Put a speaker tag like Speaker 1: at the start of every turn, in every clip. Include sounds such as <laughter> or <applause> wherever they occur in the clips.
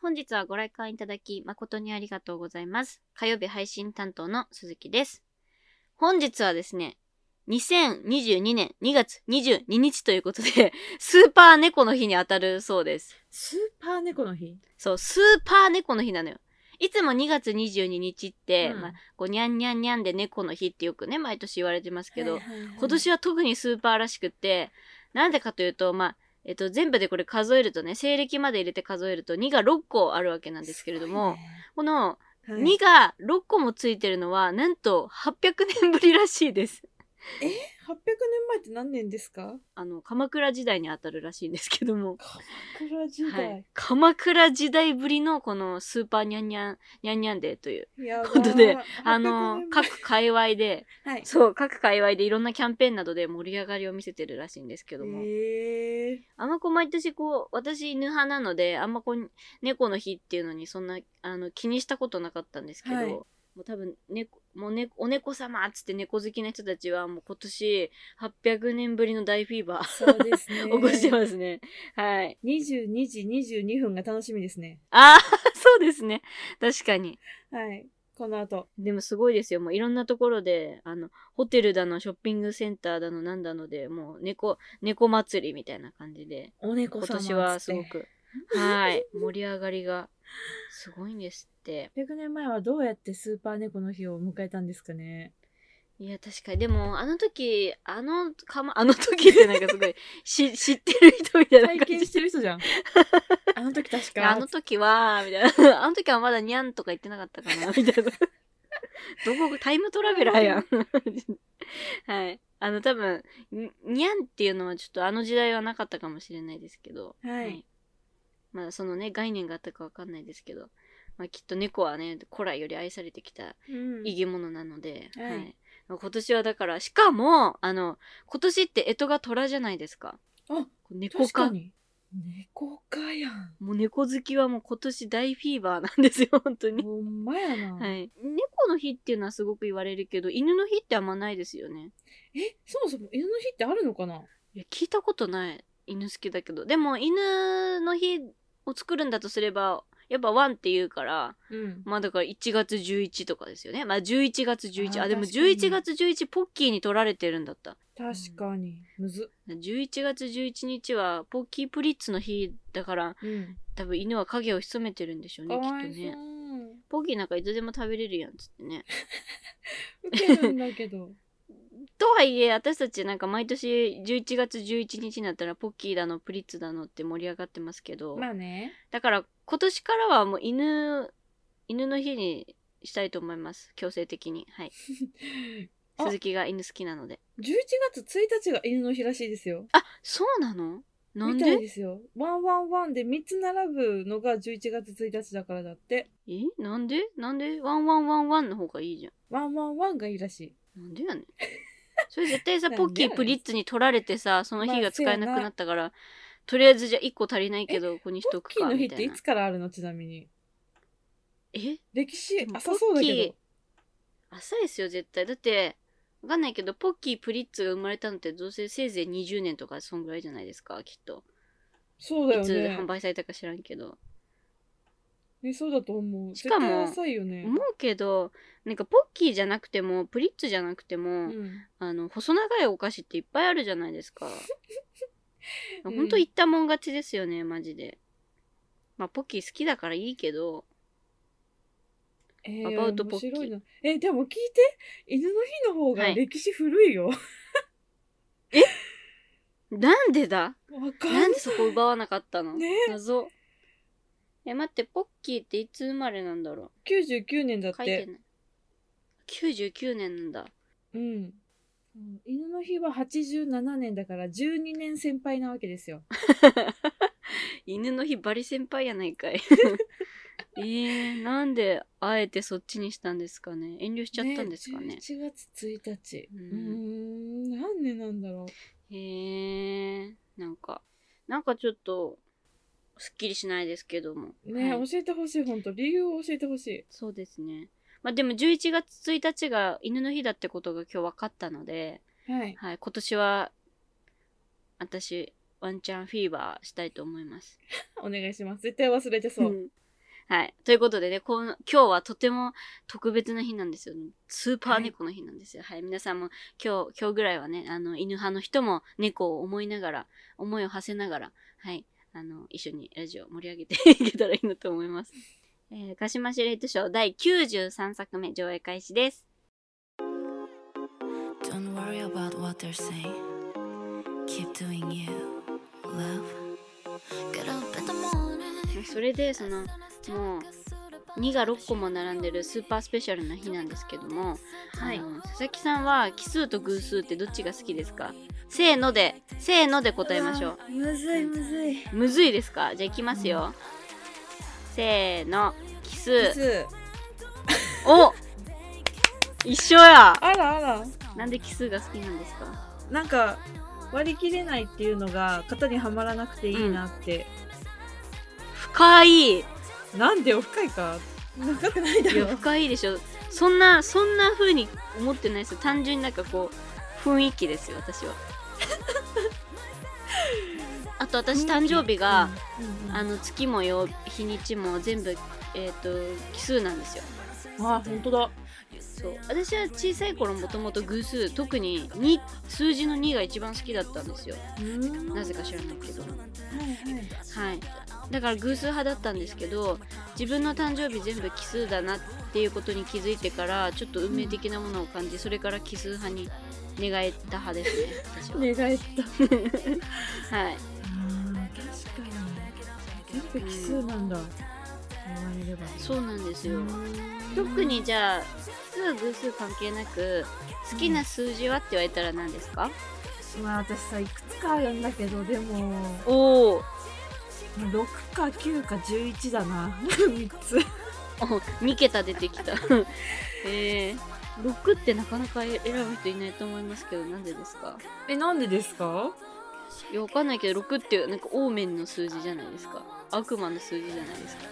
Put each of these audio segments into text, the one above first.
Speaker 1: 本日はご来館いただき誠にありがとうございます。火曜日配信担当の鈴木です。本日はですね、2022年2月22日ということで、スーパー猫の日に当たるそうです。
Speaker 2: スーパー猫の日
Speaker 1: そう、スーパー猫の日なのよ。いつも2月22日って、
Speaker 2: うん
Speaker 1: まあ、こう、にゃんにゃんにゃんで猫の日ってよくね、毎年言われてますけど、
Speaker 2: はいはいはい
Speaker 1: 今年は特にスーパーらしくって、なんでかというと、まあ、えっと、全部でこれ数えるとね、西暦まで入れて数えると2が6個あるわけなんですけれども、この
Speaker 2: すごいねはい
Speaker 1: 2が6個もついてるのは、なんと800年ぶりらしいです。
Speaker 2: 800年前って何年ですか
Speaker 1: あの、鎌倉時代にあたるらしいんですけども、
Speaker 2: 桜時代、
Speaker 1: はい、鎌倉時代ぶりのこのスーパーニャンニャン、ニャンニャンデーという、
Speaker 2: やばー
Speaker 1: ということで
Speaker 2: 800
Speaker 1: あの
Speaker 2: 年、前
Speaker 1: 各界隈で、
Speaker 2: はい
Speaker 1: そう、各界隈でいろんなキャンペーンなどで盛り上がりを見せてるらしいんですけども、
Speaker 2: えー、
Speaker 1: あんまこう毎年こう、私犬派なので、あんまこう、猫の日っていうのにそんな、あの、気にしたことなかったんですけど、
Speaker 2: はい
Speaker 1: もう多分、猫、もうね、お猫様っつって猫好きな人たちはもう今年800年ぶりの大フィーバー
Speaker 2: そうですね
Speaker 1: <laughs> 起こしてますね。はい。
Speaker 2: 22時22分が楽しみですね
Speaker 1: ああ、そうですね。確かに。
Speaker 2: はいこの後
Speaker 1: でもすごいですよ。もういろんなところで、あの、ホテルだの、ショッピングセンターだの、なんだので、もう猫、猫祭りみたいな感じで。
Speaker 2: お猫
Speaker 1: 今
Speaker 2: 様
Speaker 1: 年はすご
Speaker 2: っつって
Speaker 1: く、はい、 <laughs> 盛り上がりがすごいんですって。
Speaker 2: 800年前はどうやってスーパー猫の日を迎えたんですかね
Speaker 1: いや、確かに。でも、あの時、あの、かま、あの時ってなんかすごい、 <laughs> し、知ってる人みた <laughs> いな
Speaker 2: 体
Speaker 1: 感
Speaker 2: 験
Speaker 1: じ
Speaker 2: してる
Speaker 1: <laughs>
Speaker 2: 人じゃんあの時確
Speaker 1: い
Speaker 2: か
Speaker 1: やあの時は、みたいな。あ <laughs> の時はまだにゃんとか言ってなかったかな、 <laughs> みたいな。どこ、タイムトラベラーやん。 <laughs> はい。あの、多分、ににゃんっていうのはちょっとあの時代はなかったかもしれないですけど。
Speaker 2: はい
Speaker 1: まあ、そのね、概念があったかわかんないですけど。まあ、きっと猫はね、古来より愛されてきた
Speaker 2: うん
Speaker 1: 生き物なので、
Speaker 2: はい
Speaker 1: はい。今年はだから、しかも、あの、今年って干支が虎じゃないですか。
Speaker 2: あ
Speaker 1: 猫
Speaker 2: 確
Speaker 1: か
Speaker 2: か。に猫かやん
Speaker 1: もう猫好きはもう今年大フィーバーなんですよ、 <laughs> 本当に。
Speaker 2: ほんまや
Speaker 1: <laughs>
Speaker 2: な、
Speaker 1: はい。猫の日っていうのはすごく言われるけど、犬の日ってあんまないですよね。
Speaker 2: えそもそも犬の日ってあるのかない
Speaker 1: や、聞いたことない。犬好きだけど。でも、犬の日を作るんだとすれば、やっぱワンって言うから、
Speaker 2: うん
Speaker 1: まあだから1月11とかですよね。まあ11月11。あ、
Speaker 2: あー
Speaker 1: でも
Speaker 2: 確かに
Speaker 1: 11月11ポッキーに取られてるんだった。
Speaker 2: 確かにむず
Speaker 1: 11月11日はポッキープリッツの日だから、
Speaker 2: うん
Speaker 1: 多分犬は影を潜めてるんでしょう
Speaker 2: か
Speaker 1: ね、きっと
Speaker 2: わいそう
Speaker 1: ね。ポッキーなんかいつでも食べれるやん、つってね。 <laughs>
Speaker 2: 受けるんだけど
Speaker 1: とはいえ私たちなんか毎年11月11日になったらポッキーだのプリッツだのって盛り上がってますけど、
Speaker 2: まあね
Speaker 1: だから今年からはもう犬犬の日にしたいと思います強制的にはい
Speaker 2: あ
Speaker 1: 鈴木が犬好きなので
Speaker 2: 11月1日が犬の日らしいですよ
Speaker 1: あそうなのなん
Speaker 2: みたい
Speaker 1: で
Speaker 2: ですよワンワンワンで3つ並ぶのが11月1日だからだって
Speaker 1: えなんでなんでワンワンワンワンの方がいいじゃ
Speaker 2: ワンワンワンがいいらしい
Speaker 1: んなんで
Speaker 2: <laughs>
Speaker 1: やねんそれ絶対さ
Speaker 2: なん
Speaker 1: ポ
Speaker 2: でやねん
Speaker 1: ッキープリッツに取られてさその日
Speaker 2: ま
Speaker 1: が
Speaker 2: あ
Speaker 1: 使えな
Speaker 2: そう
Speaker 1: く
Speaker 2: や
Speaker 1: な
Speaker 2: な
Speaker 1: ったから、とりあえずじゃあ1個足りないけどここにし
Speaker 2: ポ
Speaker 1: と
Speaker 2: ッ
Speaker 1: く
Speaker 2: キー
Speaker 1: か
Speaker 2: の日
Speaker 1: み
Speaker 2: ったて
Speaker 1: い
Speaker 2: い
Speaker 1: な
Speaker 2: つからあるのちなみに
Speaker 1: え
Speaker 2: 歴史
Speaker 1: でも
Speaker 2: 浅そうだけど
Speaker 1: 浅いですよ絶対だってわかんないけどポッキープリッツが生まれたのってどうせせいぜい20年とかそんぐらいじゃないですかきっと
Speaker 2: そうだ
Speaker 1: い
Speaker 2: よ
Speaker 1: つ
Speaker 2: ね
Speaker 1: 販売されたか知らんけど
Speaker 2: ねそうだと思う
Speaker 1: しかも
Speaker 2: 絶対浅いよね
Speaker 1: 思うけどなんかポッキーじゃなくてもプリッツじゃなくても、
Speaker 2: うん
Speaker 1: あの細長いお菓子っていっぱいあるじゃないです
Speaker 2: <laughs>
Speaker 1: か
Speaker 2: うん
Speaker 1: ほんと言ったもん勝ちですよねマジでまあポッキー好きだからいいけど
Speaker 2: えー、
Speaker 1: アバウトポッ
Speaker 2: 面
Speaker 1: キー
Speaker 2: 白いなえでも聞いて犬の日の方が
Speaker 1: はい
Speaker 2: 歴史古
Speaker 1: <laughs>
Speaker 2: いよ、
Speaker 1: なんでだ
Speaker 2: わかん
Speaker 1: なんでそこ奪わなかったの、
Speaker 2: ね
Speaker 1: 謎え待ってポッキーっていつ生まれなんだろう
Speaker 2: 99年だっ
Speaker 1: 書いて
Speaker 2: て
Speaker 1: ない。99年なんだ。
Speaker 2: うんうん犬の日は87年だから12年先輩なわけですよ
Speaker 1: 犬の日バリ先輩やない
Speaker 2: <laughs>
Speaker 1: かい。えー、なんであえてそっちにしたんですかね遠慮しちゃったんですかね
Speaker 2: 1月1日
Speaker 1: う
Speaker 2: うんーん何年なんだろ
Speaker 1: へえー、なんかなんかちょっとすっきりしないですけども
Speaker 2: うね、
Speaker 1: はい
Speaker 2: 教えてほしい本当理由を教えてほしい
Speaker 1: そうですねまあでも11月1日が犬の日だってことが今日分かったので、
Speaker 2: はい
Speaker 1: はい、今年は私ワンちゃんフィーバーしたいと思います
Speaker 2: お願いします絶対忘れてそう、
Speaker 1: んはい。ということでね、この今日はとても特別な日なんですよ。スーパー猫の日なんですよ。はい。皆さんも今日、今日ぐらいはね、あの、犬派の人も猫を思いながら、思いを馳せながら、はい。あの、一緒にラジオ盛り上げていけたらいいなと思います。えー、鹿島シレイトショー第93作目上映開始です。
Speaker 3: Don't worry about what they're saying. Keep doing you, love. Get up in the morning.
Speaker 1: それで、その、もう2が6個も並んでるスーパースペシャルな日なんですけども、
Speaker 2: はい
Speaker 1: あの佐々木さんは奇数と偶数ってどっちが好きですかせーのでせーので答えましょ
Speaker 2: うわ。むずいむずい。
Speaker 1: うむずいですかじゃあいきますよ、せーの奇数
Speaker 2: 数
Speaker 1: お一緒や
Speaker 2: あらあら。
Speaker 1: なんで奇数が好きなんですか
Speaker 2: なんか割り切れないっていうのが型にはまらなくていいなって。
Speaker 1: 深いい
Speaker 2: なんでよ深いか。深くないだ
Speaker 1: や
Speaker 2: ろ。
Speaker 1: 深いでしょそんなそんな風に思ってないですよ単純になんかこう雰囲気ですよ私 <laughs> はあと私誕生日が、
Speaker 2: うんうんうん
Speaker 1: あの月もよ日にちも全部、えー、と奇数なんですよ
Speaker 2: あ本当だ。
Speaker 1: そう私は小さい頃もともと偶数特に2数字の2が一番好きだったんですよなぜか知らないけど
Speaker 2: はいはい。
Speaker 1: はいだから偶数派だったんですけど自分の誕生日全部奇数だなっていうことに気づいてからちょっと運命的なものを感じそれから奇数派に願えた派ですね私は、
Speaker 2: 寝返った。
Speaker 1: はい
Speaker 2: あー確かに全部奇数なんだ、言われれば
Speaker 1: そうなんですよ、
Speaker 2: うん
Speaker 1: 特にじゃあ奇数偶数関係なく好きな数字はって言われたら何ですか、
Speaker 2: まあ私さいくつかあるんだけどでも
Speaker 1: おお
Speaker 2: 6か9か11だな <laughs> 三つ
Speaker 1: 2桁出てき <laughs> たえー、6ってなかなか選ぶ人いないと思いますけどなんでですか
Speaker 2: えなんでですか
Speaker 1: いやわかんないけど6ってなんかオーメンの数字じゃないですか悪魔の数字じゃないですか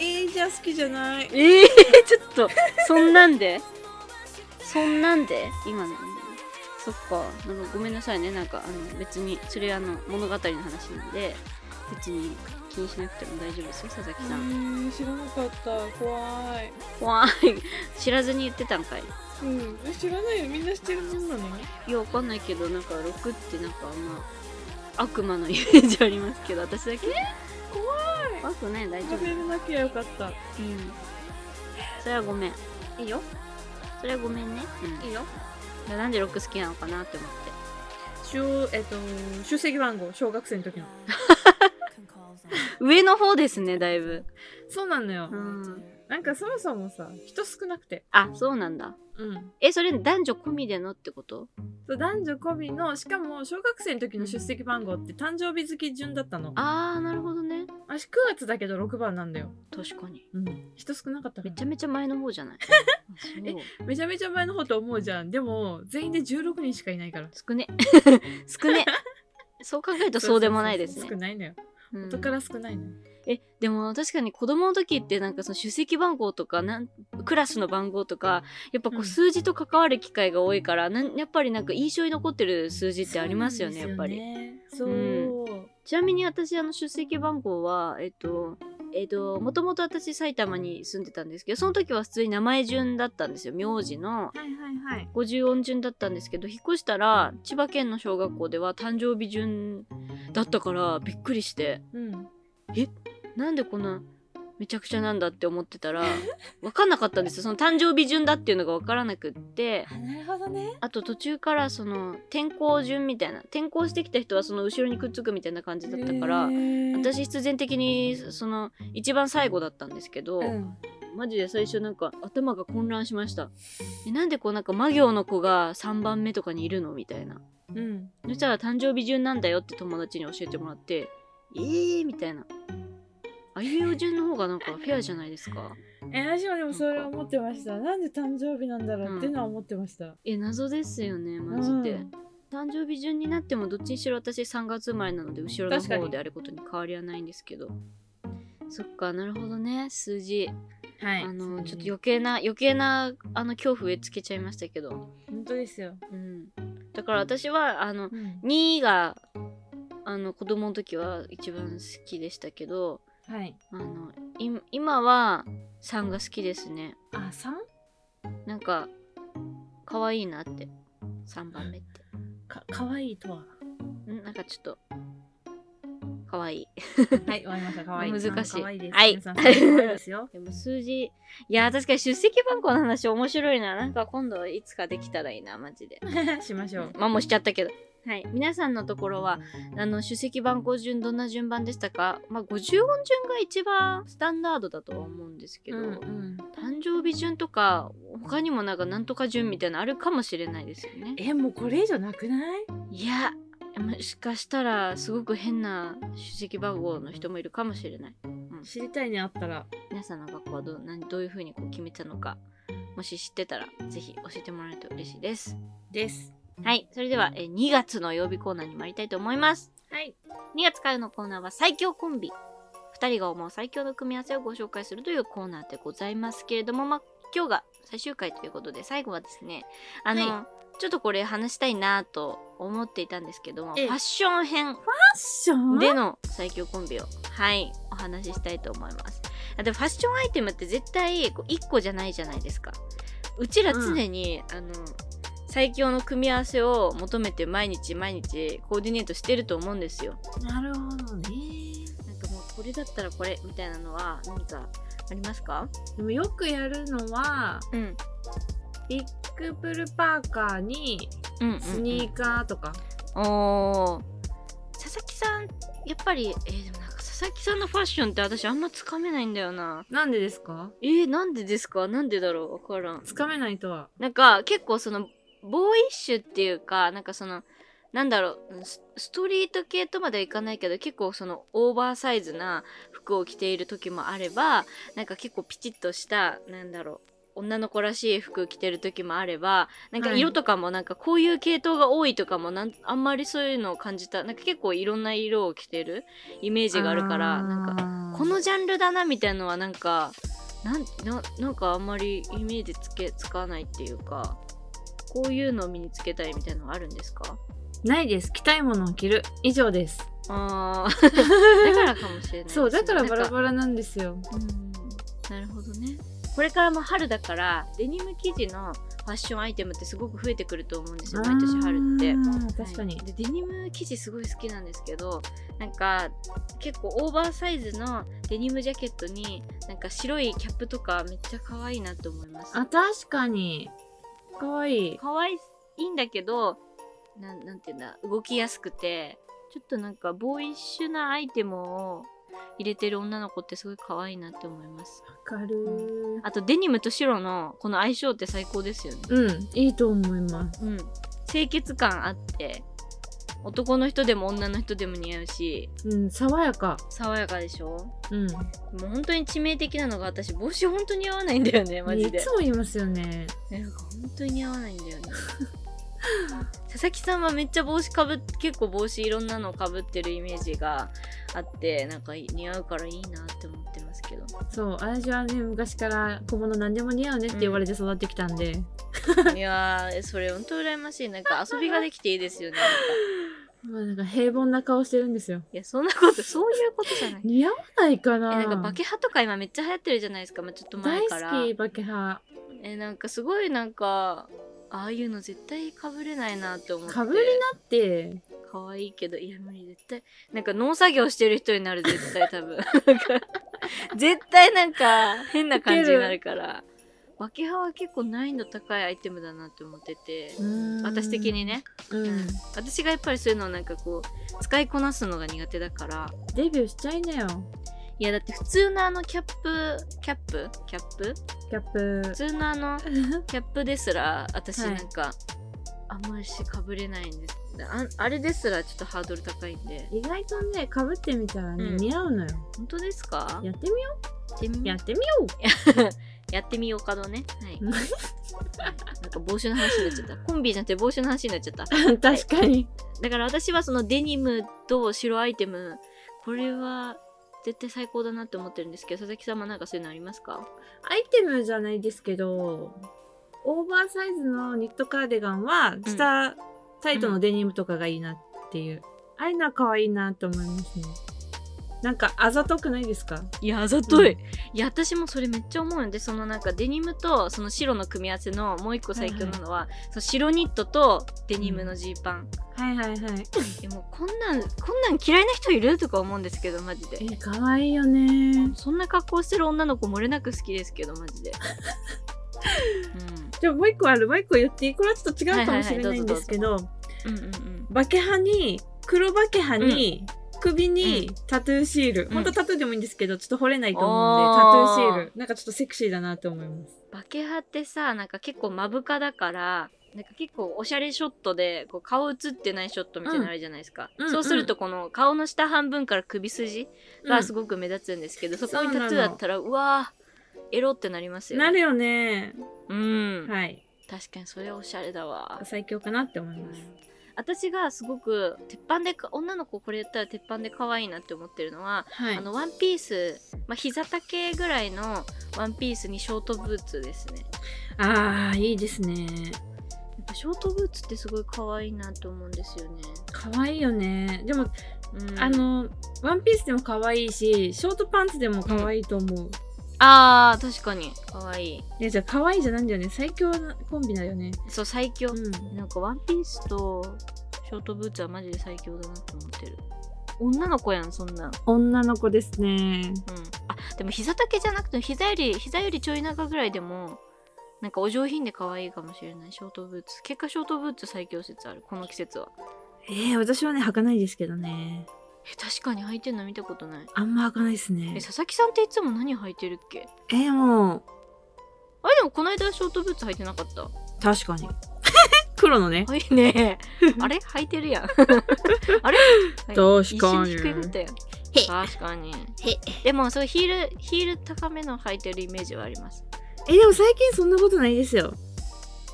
Speaker 2: えー、じゃあ好きじゃない
Speaker 1: ええちょっとそんなんでそんなんで今のそっかなんかごめんなさいねなんかあの別にそれあの物語の話なんで別に気にしなくても大丈夫ですよ佐々木さん、
Speaker 2: ん知らなかった怖い
Speaker 1: 怖い知らずに言ってたんかい
Speaker 2: うん知らないよみんな知ってるもんなの
Speaker 1: いやわかんないけどなんか6ってなんかまあ悪魔のイメージありますけど私だけ
Speaker 2: 怖い
Speaker 1: 怖くない大丈夫、
Speaker 2: 食べれなきゃよかった
Speaker 1: うん、それはごめん
Speaker 2: いいよ
Speaker 1: それはごめんね、
Speaker 2: いいよ
Speaker 1: うん、なんで6好きなのかなって思って
Speaker 2: 小えっと出席番号小学生の時の
Speaker 1: 上の方ですねだいぶ
Speaker 2: <laughs> そうなのよ、
Speaker 1: うん
Speaker 2: なんかそもそもさ人少なくて
Speaker 1: あそうなんだ
Speaker 2: うん
Speaker 1: えそれ男女込みでのってこと
Speaker 2: そう男女込みのしかも小学生の時の出席番号って誕生日月順だったの
Speaker 1: あーなるほどね
Speaker 2: 私9月だけど6番なんだよ、
Speaker 1: 確かに
Speaker 2: うん、人少なかったか
Speaker 1: め
Speaker 2: ら
Speaker 1: ちゃめちゃ前の方じゃない <laughs>
Speaker 2: え
Speaker 1: そ
Speaker 2: めちゃめちゃ前の方と思うじゃんでも全員で16人しかいないから
Speaker 1: う少ね <laughs> 少ねそう考えるとそうでもないですね
Speaker 2: 少ないのよ
Speaker 1: うん
Speaker 2: 元から少ないのよ、
Speaker 1: えでも確かに子供の時ってなんかその出席番号とかなんクラスの番号とかやっぱこ
Speaker 2: う
Speaker 1: うん数字と関わる機会が多いからなんやっぱりなんか印象に残ってる数字ってありますよねやっぱり
Speaker 2: そう、
Speaker 1: ちなみに私あの出席番号はえっとえっともともと私埼玉に住んでたんですけどその時は普通に名前順だったんですよ名字の
Speaker 2: はいはいはい
Speaker 1: 50音順だったんですけど引っ越したら千葉県の小学校では誕生日順だったからびっくりして
Speaker 2: うん
Speaker 1: なんでこんなめちゃくちゃなんだって思ってたら分かんなかったんですよその誕生日順だっていうのが分からなくって
Speaker 2: あなるほどね
Speaker 1: あと途中からその転校順みたいな転校してきた人はその後ろにくっつくみたいな感じだったから
Speaker 2: へー
Speaker 1: 私必然的にその一番最後だったんですけど、
Speaker 2: うん
Speaker 1: マジで最初なんか頭が混乱しましたえなんでこうなんか魔行の子が3番目とかにいるのみたいな
Speaker 2: うん
Speaker 1: そしたら誕生日順なんだよって友達に教えてもらってえーみたいなあいうえお順の方がなんかフェアじゃないですか
Speaker 2: え私もでもそれは思ってましたなんで誕生日なんだろうっていうのは思ってました、
Speaker 1: え謎ですよねマジで、誕生日順になってもどっちにしろ私3月生まれなので後ろの
Speaker 2: 確かに
Speaker 1: 方であることに変わりはないんですけどそっかなるほどね数字
Speaker 2: はい
Speaker 1: あのちょっと
Speaker 2: よ
Speaker 1: 余計な余計なあの恐怖植えつけちゃいましたけど、
Speaker 2: 本当ですよ、
Speaker 1: うん、だから私はあの2があの子供の時は一番好きでしたけど
Speaker 2: はい
Speaker 1: あのい今は3が好きですね
Speaker 2: あ、三
Speaker 1: なんか可愛いなって3番目って
Speaker 2: か、かわいいとは。
Speaker 1: んなんかちょっと可愛い
Speaker 2: はい、わかりました。かわいい。
Speaker 1: 難しい
Speaker 2: 三可愛いです。
Speaker 1: はい。
Speaker 2: 皆さん、三可愛いですよ
Speaker 1: でも数字いや確かに出席番号の話面白いななんか今度いつかできたらいいなマジで
Speaker 2: <laughs> しましょう。
Speaker 1: まあもうしちゃったけど。はい、皆さんのところはあの首席番号順どんな順番でしたか、まあ、50音順が一番スタンダードだとは思うんですけど、
Speaker 2: うんうん
Speaker 1: 誕生日順とか他にもなんかなんとか順みたいなのあるかもしれないですよね
Speaker 2: え、もうこれ以上なくない
Speaker 1: いやもしかしたらすごく変な首席番号の人もいるかもしれない
Speaker 2: 知りたいね、あったら。
Speaker 1: 皆さんの学校はどうなんどういうふうにこう決めたのかもし知ってたらぜひ教えてもらえると嬉しいです
Speaker 2: です。
Speaker 1: はいそれではえー2月の曜日コーナーに参りたいと思います
Speaker 2: はい。
Speaker 1: 2月からのコーナーは最強コンビ2人が思う最強の組み合わせをご紹介するというコーナーでございますけれども、まあ、今日が最終回ということで最後はですねあの、
Speaker 2: は
Speaker 1: ちょっとこれ話したいなと思っていたんですけどもフ
Speaker 2: ええ
Speaker 1: ァッション編
Speaker 2: ファッション
Speaker 1: での最強コンビをはいお話ししたいと思いますあでもファッションアイテムって絶対こう1個じゃないじゃないですかうちら常に、あの最強の組み合わせを求めて毎日毎日コーディネートしてると思うんですよ
Speaker 2: なるほど
Speaker 1: なん
Speaker 2: ね。
Speaker 1: かもうこれだったらこれみたいなのは何かありますか
Speaker 2: でもよくやるのは、
Speaker 1: うん。
Speaker 2: ビッグブルパーカーに
Speaker 1: うん、うん。
Speaker 2: スニーカーとか。
Speaker 1: ー。おー。佐々木さん、やっぱり、えー、でもなんか佐々木さんのファッションって私あんまつかめないんだよな。
Speaker 2: なんでですか
Speaker 1: えー、なんでですかなんでだろうわからん。
Speaker 2: つかめないとは。
Speaker 1: なんか結構その、ボーイッシュっていうか、なんかその、なんだろううんスストリート系とまではいかないけど結構そのオーバーサイズな服を着ている時もあればなんか結構ピチッとしたなんだろう女の子らしい服着てる時もあればなんか
Speaker 2: はい
Speaker 1: 色とかもなんかこういう系統が多いとかもなんあんまりそういうのを感じたなんか結構いろんな色を着てるイメージがあるからなんか
Speaker 2: か
Speaker 1: このジャンルだなみたいのはなんかなんななんかあんまりイメージつけつかないっていうかこういうのを身につけたいみたいなのはあるんですか
Speaker 2: ないです。着たいものを着る。以上です。
Speaker 1: あー <laughs> だからかもしれないですね、
Speaker 2: そう、だからバ
Speaker 1: なん
Speaker 2: ラバラなんですよ。
Speaker 1: うんなるほどねこれからも春だからデニム生地のファッションアイテムってすごく増えてくると思うんですよ毎年春って
Speaker 2: あー確かに。
Speaker 1: はいでデニム生地すごい好きなんですけどなんか結構オーバーサイズのデニムジャケットになんか白いキャップとかめっちゃ可愛いなと思います
Speaker 2: あ、確かに。かわいい。
Speaker 1: 可愛いいんだけどなんなんていうんだ動きやすくてちょっとなんかボーイッシュなアイテムを入れてる女の子ってすごい可愛いなって思います
Speaker 2: わかる。
Speaker 1: あとデニムと白のこの相性って最高ですよね
Speaker 2: うん、いいと思います。
Speaker 1: うん清潔感あって男の人でも女の人でも似合うし
Speaker 2: うん、爽やか。
Speaker 1: 爽やかでしょ
Speaker 2: うん。
Speaker 1: もう本当に致命的なのが私帽子本当に合わないんだよねマジで
Speaker 2: いつも言いますよね。
Speaker 1: なんか本当に合わないんだよね <laughs> 佐々木さんはめっちゃ帽子かぶっ結構帽子いろんなのかぶってるイメージがあってなんか似合うからいいなって思ってますけど <laughs>
Speaker 2: そう、私はね、昔から小物何でも似合うねって言われて育ってきたんで。
Speaker 1: いやーそれ本当羨ましいなんか遊びができていいですよね <laughs> なんか
Speaker 2: まあなんか平凡な顔してるんですよ。
Speaker 1: いやそんなことそういうことじゃないえ
Speaker 2: 似合わないかな
Speaker 1: なんかバケハとか今めっちゃ流行ってるじゃないですか、まあ、ちょっと前から
Speaker 2: 大好き、バケハ。
Speaker 1: えなんかすごいなんかああいうの絶対かぶれないなって思って
Speaker 2: かぶりなって、
Speaker 1: 可愛いけどいや無理絶対なんか農作業してる人になる絶対多分なんか絶対なんか変な感じになるからバケハは結構難易度高いアイテムだなって思ってて私的に。ね、
Speaker 2: う
Speaker 1: うん
Speaker 2: ん。
Speaker 1: 私がやっぱりそういうのをなんかこう使いこなすのが苦手だから
Speaker 2: デビューしちゃいなよ。
Speaker 1: いやだって普通のあのキャップキャップキャップ
Speaker 2: キャップ。
Speaker 1: 普通のあ
Speaker 2: <laughs>
Speaker 1: のキャップですら私
Speaker 2: はい
Speaker 1: なんか、あんまりしかぶれないんですああれですらちょっとハードル高いんで
Speaker 2: 意外とね、かぶってみたらね、
Speaker 1: うん
Speaker 2: 似合うのよ。
Speaker 1: 本当ですか
Speaker 2: やってみよ
Speaker 1: やってみ
Speaker 2: う。
Speaker 1: よう
Speaker 2: やってみよう。
Speaker 1: やってみようかどね。はい。 <laughs>
Speaker 2: うん
Speaker 1: なんか帽子の話になっちゃった。コンビじゃなくて帽子の話になっちゃった。
Speaker 2: <laughs> 確かに。
Speaker 1: だから私はそのデニムと白アイテム、これは絶対最高だなって思ってるんですけど、佐々木さんもなんかそういうのありますか
Speaker 2: アイテムじゃないですけど、オーバーサイズのニットカーディガンは、下、タイトのデニムとかがいいなっていう。ああいうのは可愛いなと思いますね。なんかあざとくないですか
Speaker 1: いやあざとい、いや私もそれめっちゃ思うのでそのなんかデニムとその白の組み合わせのもう一個最強なのは、その白ニットとデニムのジーパン、
Speaker 2: はいはいはい
Speaker 1: いやもうこんなんこんなん嫌いな人いるとか思うんですけどマジで
Speaker 2: え可愛いよね
Speaker 1: そんな格好してる女の子漏れなく好きですけどマ
Speaker 2: <laughs>
Speaker 1: ジで
Speaker 2: じゃあもう一個あるもう一個言っていいこれはちょっと違うかもしれないんですけ
Speaker 1: う
Speaker 2: ど,、
Speaker 1: ん、うんうんうん
Speaker 2: バケハに黒バケハに、首にタトゥーシール、
Speaker 1: ん
Speaker 2: 本当タトゥーでもいいんですけどちょっと惚れないと思うんでタトゥーシー
Speaker 1: お
Speaker 2: ルなんかちょっとセクシーだなと思います
Speaker 1: バケハってさなんか結構目深だからなんか結構おしゃれショットでこう顔映ってないショットみたいなのあるじゃないですか、
Speaker 2: うんうん
Speaker 1: そうするとこの顔の下半分から首筋がすごく目立つんですけど、そこにタトゥーあったらうわーエロってなりますよ
Speaker 2: なるよね
Speaker 1: うん、
Speaker 2: はい
Speaker 1: 確かにそれおしゃれだわ
Speaker 2: 最強かなって思います
Speaker 1: 私がすごく鉄板でか女の子これやったら鉄板で可愛いなって思ってるのは、
Speaker 2: はい
Speaker 1: あのワンピース、まあ、膝丈ぐらいのワンピースにショートブーツですね
Speaker 2: あーいいですね
Speaker 1: やっぱショートブーツってすごい可愛いなと思うんですよね、
Speaker 2: 可愛いよねでも、
Speaker 1: うん、
Speaker 2: あのワンピースでも可愛いしショートパンツでも可愛いと思う、
Speaker 1: あー確かに可愛い
Speaker 2: いやじゃあ可愛いじゃないんだよね最強なコンビだよね
Speaker 1: そう最強、
Speaker 2: うん
Speaker 1: なんかワンピースとショートブーツはマジで最強だなって思ってる女の子やんそんなん
Speaker 2: 女の子ですね
Speaker 1: うん、あでも膝丈じゃなくて膝より膝よりちょい長ぐらいでもなんかお上品で可愛いかもしれないショートブーツ結果ショートブーツ最強説あるこの季節は
Speaker 2: えー、私はね履かないですけどね
Speaker 1: え確かに履いてんの見たことない
Speaker 2: あんま履かないですね
Speaker 1: え佐々木さんっていつも何履いてるっけ
Speaker 2: えー、もう
Speaker 1: あでもこの間ショートブーツ履いてなかった
Speaker 2: 確かに <laughs> 黒のね
Speaker 1: はいね <laughs> あれ履いて <laughs> るやんあれ
Speaker 2: 確か
Speaker 1: 一
Speaker 2: に
Speaker 1: 瞬ひっくり返ったやん
Speaker 3: へ
Speaker 1: 確かにでもそうヒールヒール高めの履いてるイメージはあります
Speaker 2: えでも最近そんなことないですよ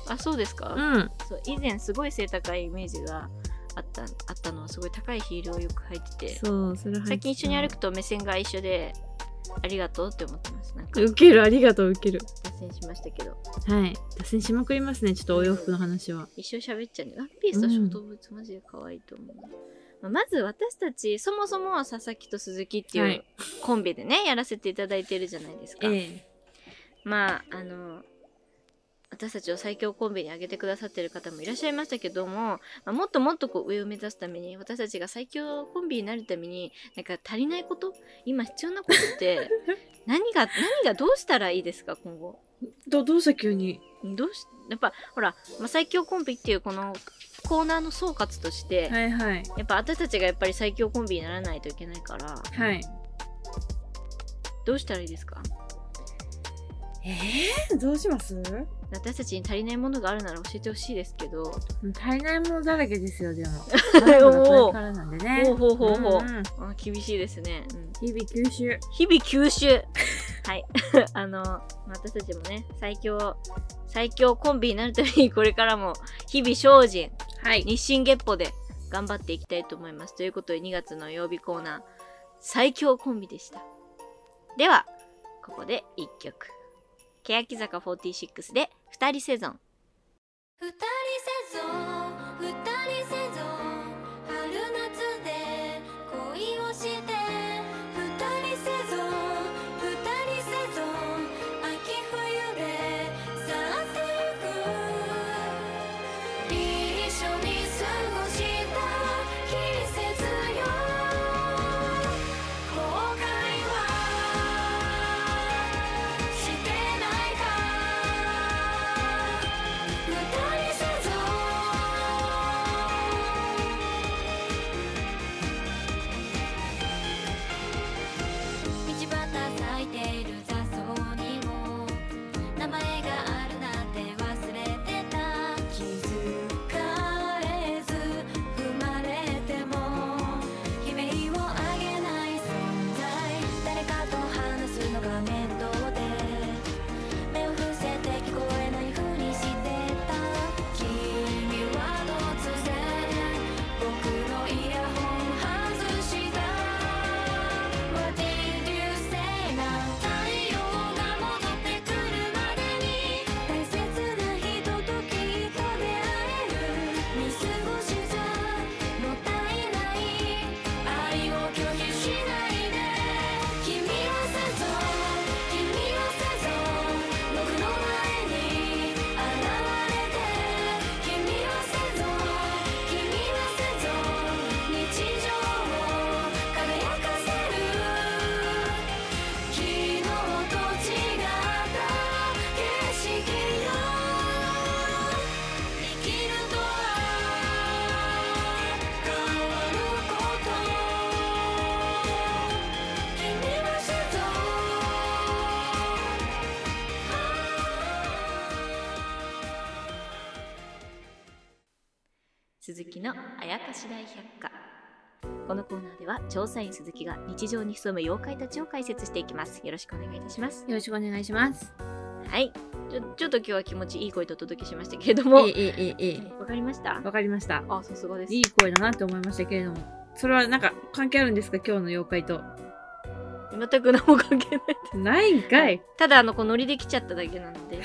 Speaker 1: あそうですか、
Speaker 2: うん
Speaker 1: そう以前すごい背高いイメージがあったあったのはすごい高いヒールをよく履いてて
Speaker 2: そうそれ履いて
Speaker 1: 最近一緒に歩くと目線が一緒でありがとうって思ってますなんか
Speaker 2: ウケるありがとうウケる
Speaker 1: 脱線しましたけど
Speaker 2: はい脱線しまくりますねちょっとお洋服の話は
Speaker 1: 一生喋っちゃうねワンピースとショートブーツマジで可愛いと思う、まあまず私たちそもそも佐々木と鈴木って
Speaker 2: は
Speaker 1: いう
Speaker 2: い
Speaker 1: コンビでね、やらせていただいてるじゃないですか、
Speaker 2: え
Speaker 1: まああの私たちを最強コンビに上げてくださってる方もいらっしゃいましたけども、まあもっともっとこう上を目指すために私たちが最強コンビになるためになんか足りないこと今必要なことって
Speaker 2: <laughs>
Speaker 1: 何が何がどうしたらいいですか今後
Speaker 2: どどうした急に
Speaker 1: どうしやっぱほら、まあ最強コンビっていうこのコーナーの総括として、
Speaker 2: はいはい
Speaker 1: やっぱ私たちがやっぱり最強コンビにならないといけないから
Speaker 2: はい
Speaker 1: どうしたらいいですか
Speaker 2: えー、どうします
Speaker 1: 私たちに足りないものがあるなら教えてほしいですけど
Speaker 2: 足りないものだらけですよでも
Speaker 1: おー
Speaker 2: まだまだこれからなんでね
Speaker 1: ほうほうほうほうん
Speaker 2: ん
Speaker 1: あ厳しいですね、うん、
Speaker 2: 日々吸収
Speaker 1: 日々吸収 <laughs> はいあのまあ私たちもね最強最強コンビになるためにこれからも日々精進
Speaker 2: はい
Speaker 1: 日進月歩で頑張っていきたいと思いますということで2月の曜日コーナー最強コンビでしたではここで1曲欅坂46で2人セゾン
Speaker 3: 二人せぞ二人せぞ春夏で恋をして二人せぞ二人せぞ秋冬で去ってゆく一緒に過ごした季節よ後悔はしてないか二人せず
Speaker 1: 鈴木のあやかし大百科このコーナーでは調査員鈴木が日常に潜む妖怪たちを解説していきますよろしくお願いいたします
Speaker 4: よろしくお願いします。
Speaker 1: はいちょちょっと今日は気持ちいい声とお届けしましたけれども
Speaker 4: いいいいいいいい。
Speaker 1: わかりました
Speaker 4: わかりました。
Speaker 1: あさすがです
Speaker 4: いい声だなって思いましたけれども。それはなんか関係あるんですか今日の妖怪と。
Speaker 1: 全く何も関係ない
Speaker 4: ないんかい。
Speaker 1: ただあのこうノリで来ちゃっただけなので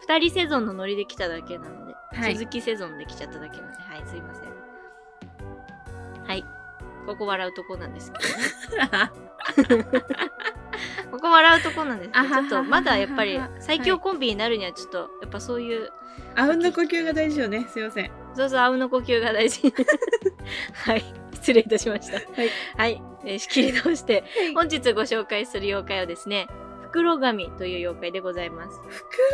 Speaker 1: 二人セゾンのノリで来ただけなので、
Speaker 4: はい
Speaker 1: 鈴木セゾンで来ちゃっただけなのではいすいませんはいここ笑うとこなんですけどねここ笑うとこなんですけ
Speaker 4: あ
Speaker 1: ど
Speaker 4: は
Speaker 1: ち
Speaker 4: は
Speaker 1: ょっとまだやっぱり
Speaker 4: ははは
Speaker 1: 最強コンビになるにはちょっとやっぱそういう
Speaker 4: あうんの呼吸が大事よね。すいません。
Speaker 1: そうそうあうの呼吸が
Speaker 4: <laughs>
Speaker 1: 大事はい失礼いたしました
Speaker 4: い
Speaker 1: はい、えー仕切り直して本日ご紹介する妖怪はですね袋神という妖怪でございます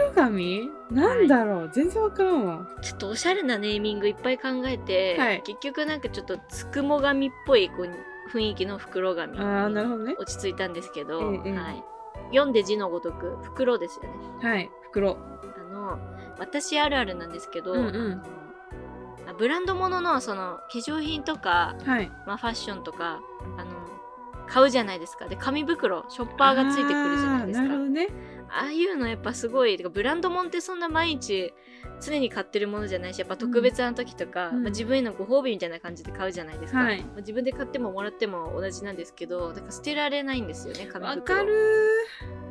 Speaker 4: 黒髪なんだろう、全然わからんわ。
Speaker 1: ちょっとおしゃれなネーミングいっぱい考えて、
Speaker 4: はい
Speaker 1: 結局なんかちょっとつくも神っぽいこう雰囲気の袋紙に
Speaker 4: ああ、なるほどね。
Speaker 1: 落ち着いたんですけど、
Speaker 4: ええええ
Speaker 1: はい、読んで字のごとく袋ですよね
Speaker 4: はい、袋。
Speaker 1: あの私あるあるなんですけど、
Speaker 4: うんうん
Speaker 1: あのまあブランド物のその化粧品とか、
Speaker 4: はい。
Speaker 1: まあ、ファッションとかあの買うじゃないですかで紙袋ショッパーがついてくるじゃないです
Speaker 4: あー
Speaker 1: か
Speaker 4: なるほどね。
Speaker 1: ああいうのやっぱすごいてかブランドもんってそんな毎日常に買ってるものじゃないしやっぱ特別な時とか、
Speaker 4: うん
Speaker 1: まあ、自分へのご褒美みたいな感じで買うじゃないですか、
Speaker 4: はい
Speaker 1: まあ自分で買ってももらっても同じなんですけどだから捨てられないんですよね紙袋
Speaker 4: わかる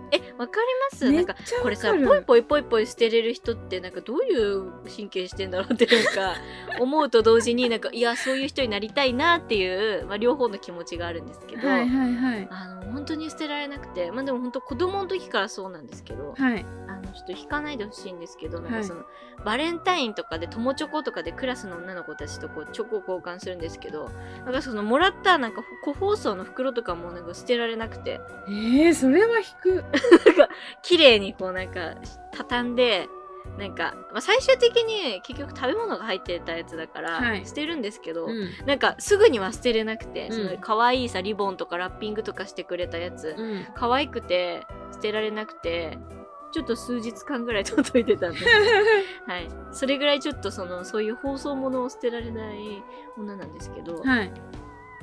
Speaker 1: えわかります
Speaker 4: ー。め
Speaker 1: な
Speaker 4: っ
Speaker 1: ん
Speaker 4: ちゃ
Speaker 1: か
Speaker 4: わ
Speaker 1: これさ
Speaker 4: かる
Speaker 1: ポイポイポイポイ捨てれる人ってなんかどういう神経してんだろうっていう
Speaker 4: <laughs>
Speaker 1: か思うと同時になんかいやそういう人になりたいなっていう、まあ、両方の気持ちがあるんですけど、
Speaker 4: はいはいはい。
Speaker 1: あの本当に捨てられなくてまあでも本当子供の時からそうなんですけど、
Speaker 4: はい。
Speaker 1: あのちょっと引かないでほしいんですけど、なん
Speaker 4: は
Speaker 1: か
Speaker 4: い
Speaker 1: そのバレンタインとかで友チョコとかでクラスの女の子たちとこうチョコを交換するんですけどなんかそのもらったなんか個包装の袋とかもなんか捨てられなくて
Speaker 4: えー、それは引く。
Speaker 1: 綺麗にこうなんか畳んでなんか、まあ、最終的に結局食べ物が入ってたやつだから、
Speaker 4: はい
Speaker 1: 捨てるんですけど、
Speaker 4: うん。
Speaker 1: なんかすぐには捨てれなくて、
Speaker 4: うん
Speaker 1: その可愛いさリボンとかラッピングとかしてくれたやつ、
Speaker 4: うん。
Speaker 1: 可愛くて捨てられなくてちょっと数日間ぐらい届いて
Speaker 4: <laughs>
Speaker 1: たんですはいそれぐらいちょっとそのそういう包装物を捨てられない女なんですけど、
Speaker 4: <laughs> はい。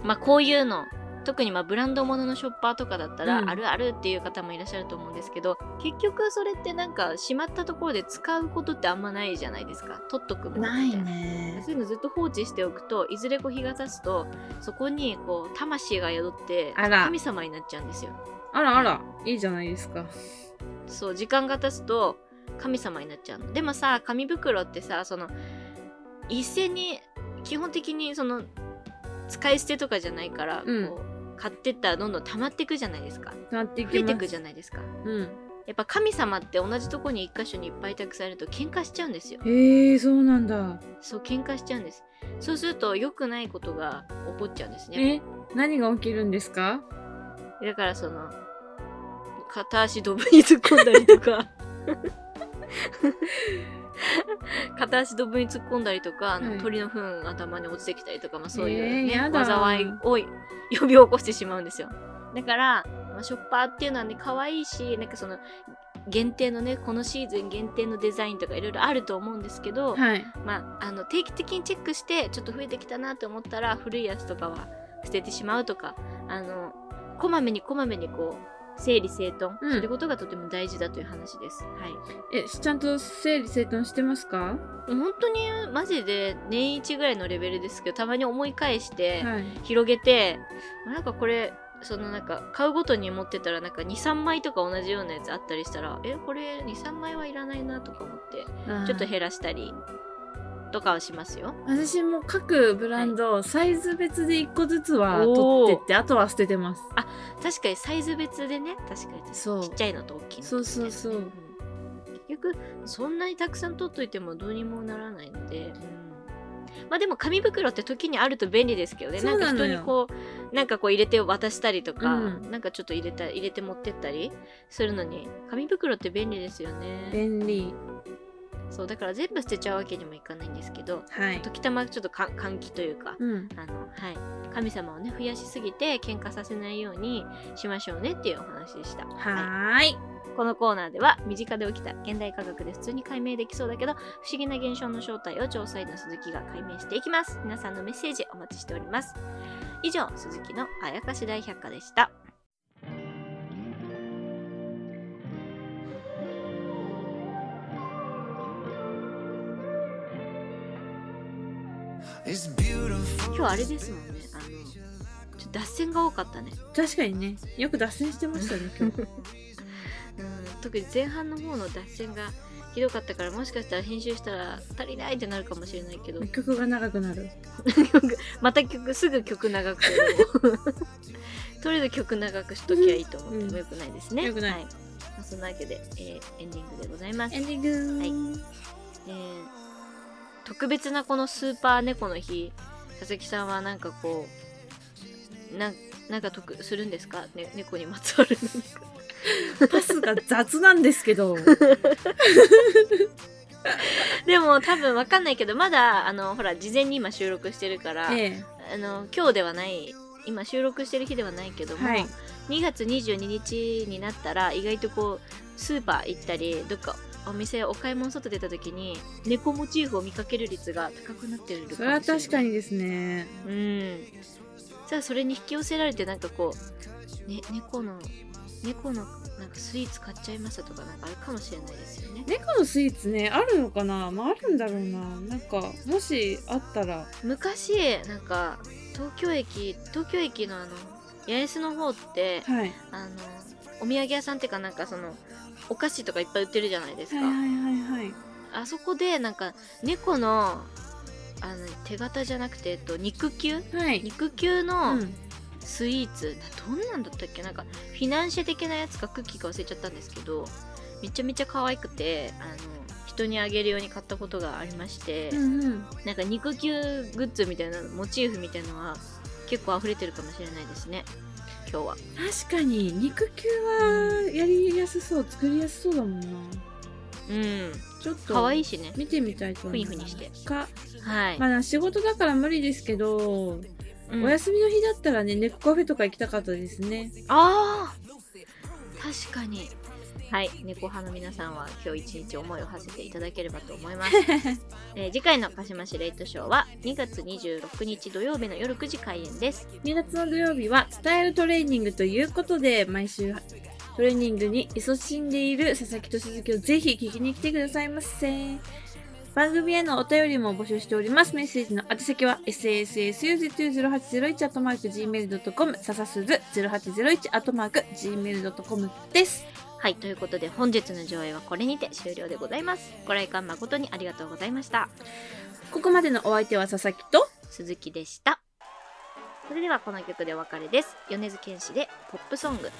Speaker 1: まあこういうの特にまあブランド物のショッパーとかだったら、
Speaker 4: うん
Speaker 1: あるあるっていう方もいらっしゃると思うんですけど結局それってなんかしまったところで使うことってあんまないじゃないですか取っとくものみたい
Speaker 4: ね。
Speaker 1: そういうのずっと放置しておくといずれこう日が経つとそこにこう魂が宿って
Speaker 4: あら
Speaker 1: 神様になっちゃうんですよ
Speaker 4: あらあら、いいじゃないですか。
Speaker 1: そう時間が経つと神様になっちゃうのでもさ紙袋ってさその一斉に基本的にその使い捨てとかじゃないから、
Speaker 4: うん
Speaker 1: こう買ってったらどんどん溜まってくじゃないですか
Speaker 4: なっていきます
Speaker 1: 増えてくじゃないですか
Speaker 4: うん。
Speaker 1: やっぱ神様って同じとこに一箇所にいっぱいたくさんいると喧嘩しちゃうんですよ
Speaker 4: へえー、そうなんだ。
Speaker 1: そう喧嘩しちゃうんですそうすると良くないことが起こっちゃうんですね
Speaker 4: え、何が起きるんですか
Speaker 1: だからその片足ドブに突っ込んだりとか片足ドブに突っ込んだりとか、あの
Speaker 4: はい
Speaker 1: 鳥の糞頭に落ちてきたりとか、まあ、そうい
Speaker 4: え
Speaker 1: う、
Speaker 4: ー
Speaker 1: ね
Speaker 4: やだ
Speaker 1: 災いを呼び起こしてしまうんですよだから、まあ、ショッパーっていうのはね可愛いしなんかその限定のねこのシーズン限定のデザインとかいろいろあると思うんですけど、
Speaker 4: はい。
Speaker 1: まあ、あの定期的にチェックしてちょっと増えてきたなと思ったら古いやつとかは捨ててしまうとかあのこまめにこまめにこう整理整頓
Speaker 4: うん
Speaker 1: することがとても大事だという話です。はい、
Speaker 4: え、ちゃんと整理整頓してますか
Speaker 1: 本当にマジで年一ぐらいのレベルですけどたまに思い返して、
Speaker 4: はい。
Speaker 1: 広げてなんかこれそのなんか買うごとに持ってたらなんか23枚とか同じようなやつあったりしたらえこれ23枚はいらないなとか思ってちょっと減らしたりとかはしますよ。
Speaker 4: 私も各ブランド、サイズ別で1個ずつは取ってってあとは捨ててます
Speaker 1: 確かにサイズ別でね確かに確かに
Speaker 4: そう
Speaker 1: ちっちゃいのと大きいのと
Speaker 4: そうそうそう
Speaker 1: みたいなねうん結局そんなにたくさん取っといてもどうにもならないので、うんまあでも紙袋って時にあると便利ですけどね
Speaker 4: そうな
Speaker 1: なん
Speaker 4: の
Speaker 1: か
Speaker 4: よ
Speaker 1: 人にこうなんかこう入れて渡したりとか、
Speaker 4: うん
Speaker 1: なんかちょっと入れた入れて持ってったりするのに紙袋って便利ですよね
Speaker 4: 便利
Speaker 1: そうだから全部捨てちゃうわけにもいかないんですけど
Speaker 4: はい
Speaker 1: 時たまちょっとか換気というか
Speaker 4: うん
Speaker 1: あの、はい、神様をね増やしすぎて喧嘩させないようにしましょうねっていうお話でした。
Speaker 4: はーい
Speaker 1: このコーナーでは身近で起きた現代科学で普通に解明できそうだけど不思議な現象の正体を調査員の鈴木が解明していきます皆さんのメッセージお待ちしております以上鈴木のあやかし大百科でした今日あれですもんねあのちょっと脱線が多かったね
Speaker 2: 確かにねよく脱線してま <laughs> したね今
Speaker 1: う
Speaker 2: 日
Speaker 1: ん特に前半の方の脱線がひどかったからもしかしたら編集したら足りないってなるかもしれないけど
Speaker 2: 曲が長くなる
Speaker 1: 曲また曲すぐ曲長くてもとりあえず曲長くしときゃいいと思ってもよくないですね、
Speaker 2: うん良くない
Speaker 1: はいまあそんなわけで、えーエンディングでございます、
Speaker 2: エ
Speaker 1: え
Speaker 2: ンディング
Speaker 1: ー特別なこのスーパー猫の日佐々木さんはなんかこうなんなんか得するんですか、ね、猫にま <laughs> つわる何か
Speaker 2: パスが雑なんですけ <laughs> ど
Speaker 1: でも多分わかんないけどまだあのほら事前に今収録してるから、
Speaker 2: え
Speaker 1: あの今日ではない今収録してる日ではないけども、
Speaker 2: はい
Speaker 1: 2月22日になったら意外とこうスーパー行ったりどっかお店お買い物外出た時に猫モチーフを見かける率が高くなってるかもし
Speaker 2: え
Speaker 1: れ
Speaker 2: それ
Speaker 1: ない
Speaker 2: は確かにですね
Speaker 1: うんじゃあそれに引き寄せられてなんかこう、ね、猫の猫のなんかスイーツ買っちゃいましたとかなんかあるかもしれないですよね
Speaker 2: 猫のスイーツねあるのかなまああるんだろうななんかもしあったら
Speaker 1: 昔なんか東京駅東京駅のあの八重洲の方って
Speaker 2: はい
Speaker 1: あのお土産屋さんっていうかなんかそのお菓子とかいっぱい売ってるじゃないです
Speaker 2: はい
Speaker 1: か、
Speaker 2: はいはいはい
Speaker 1: あそこでなんか猫のあの手形じゃなくて、えっと、肉球
Speaker 2: はい、
Speaker 1: 肉球
Speaker 2: う
Speaker 1: の
Speaker 2: ん、
Speaker 1: スイーツ、どんなんだったっけなんかフィナンシェ的なやつかクッキーか忘れちゃったんですけどめちゃめちゃ可愛くてあの人にあげるように買ったことがありまして、
Speaker 2: うんうん
Speaker 1: なんか肉球グッズみたいなモチーフみたいのは結構溢れてるかもしれないですね今日は
Speaker 2: 確かに肉球はやりやすそう作りやすそうだもんな
Speaker 1: うん
Speaker 2: ちょっと
Speaker 1: 可愛いしね
Speaker 2: 見てみたいと思いま
Speaker 1: ふ
Speaker 2: す
Speaker 1: にふにして
Speaker 2: か、
Speaker 1: はい、
Speaker 2: まあ、仕事だから無理ですけど、
Speaker 1: うん
Speaker 2: お休みの日だったらね猫カフェとか行きたかったですね
Speaker 1: あー確かにはい猫派の皆さんは今日一日思いを馳せていただければと思い <laughs> ます、えー次回の鹿島市レイトショーは2月26日土曜日の夜9時開演です
Speaker 2: 2月の土曜日は伝えるトレーニングということで毎週トレーニングに勤しんでいる佐々木と鈴木をぜひ聞きに来てくださいませ番組へのお便りも募集しておりますメッセージの宛先は sassu08081-gmail.com ささすず 0801-gmail.com です
Speaker 1: はいということで本日の上映はこれにて終了でございますご来館誠にありがとうございました
Speaker 2: ここまでのお相手は佐々木と
Speaker 1: 鈴木でしたそれではこの曲でお別れです米津玄師でポップソング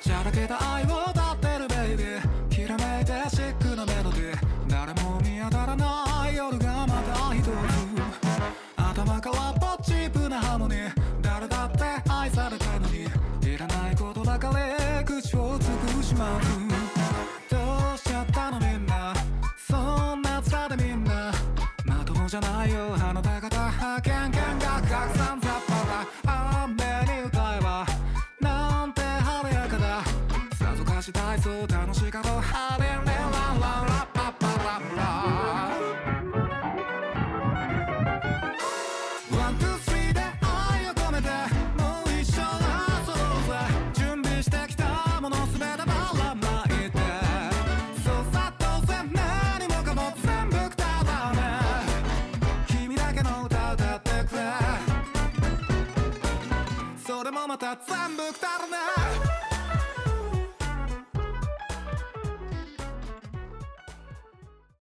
Speaker 5: じゃらけた愛を歌ってるベイビーきらめいてシックなメロディー誰も見当たらない夜がまた一つ頭からっぽチープなハーモニー誰だって愛されたいのにいらないことばかり口を尽くしまうどうしちゃったのみんなそんなさでみんなまともじゃないよあの手方キャンキャンガクガクさんざっぱら雨に歌えばなんて晴れやかださぞかし体操楽しかろうハレンレンランランラッパッパラッラワンツースリーで愛を込めてもう一生遊ぼうぜ準備してきたものすべてばらまいてそうさ当然何もかも全部くだらね君だけの歌歌ってくれそれもまた全部くだらね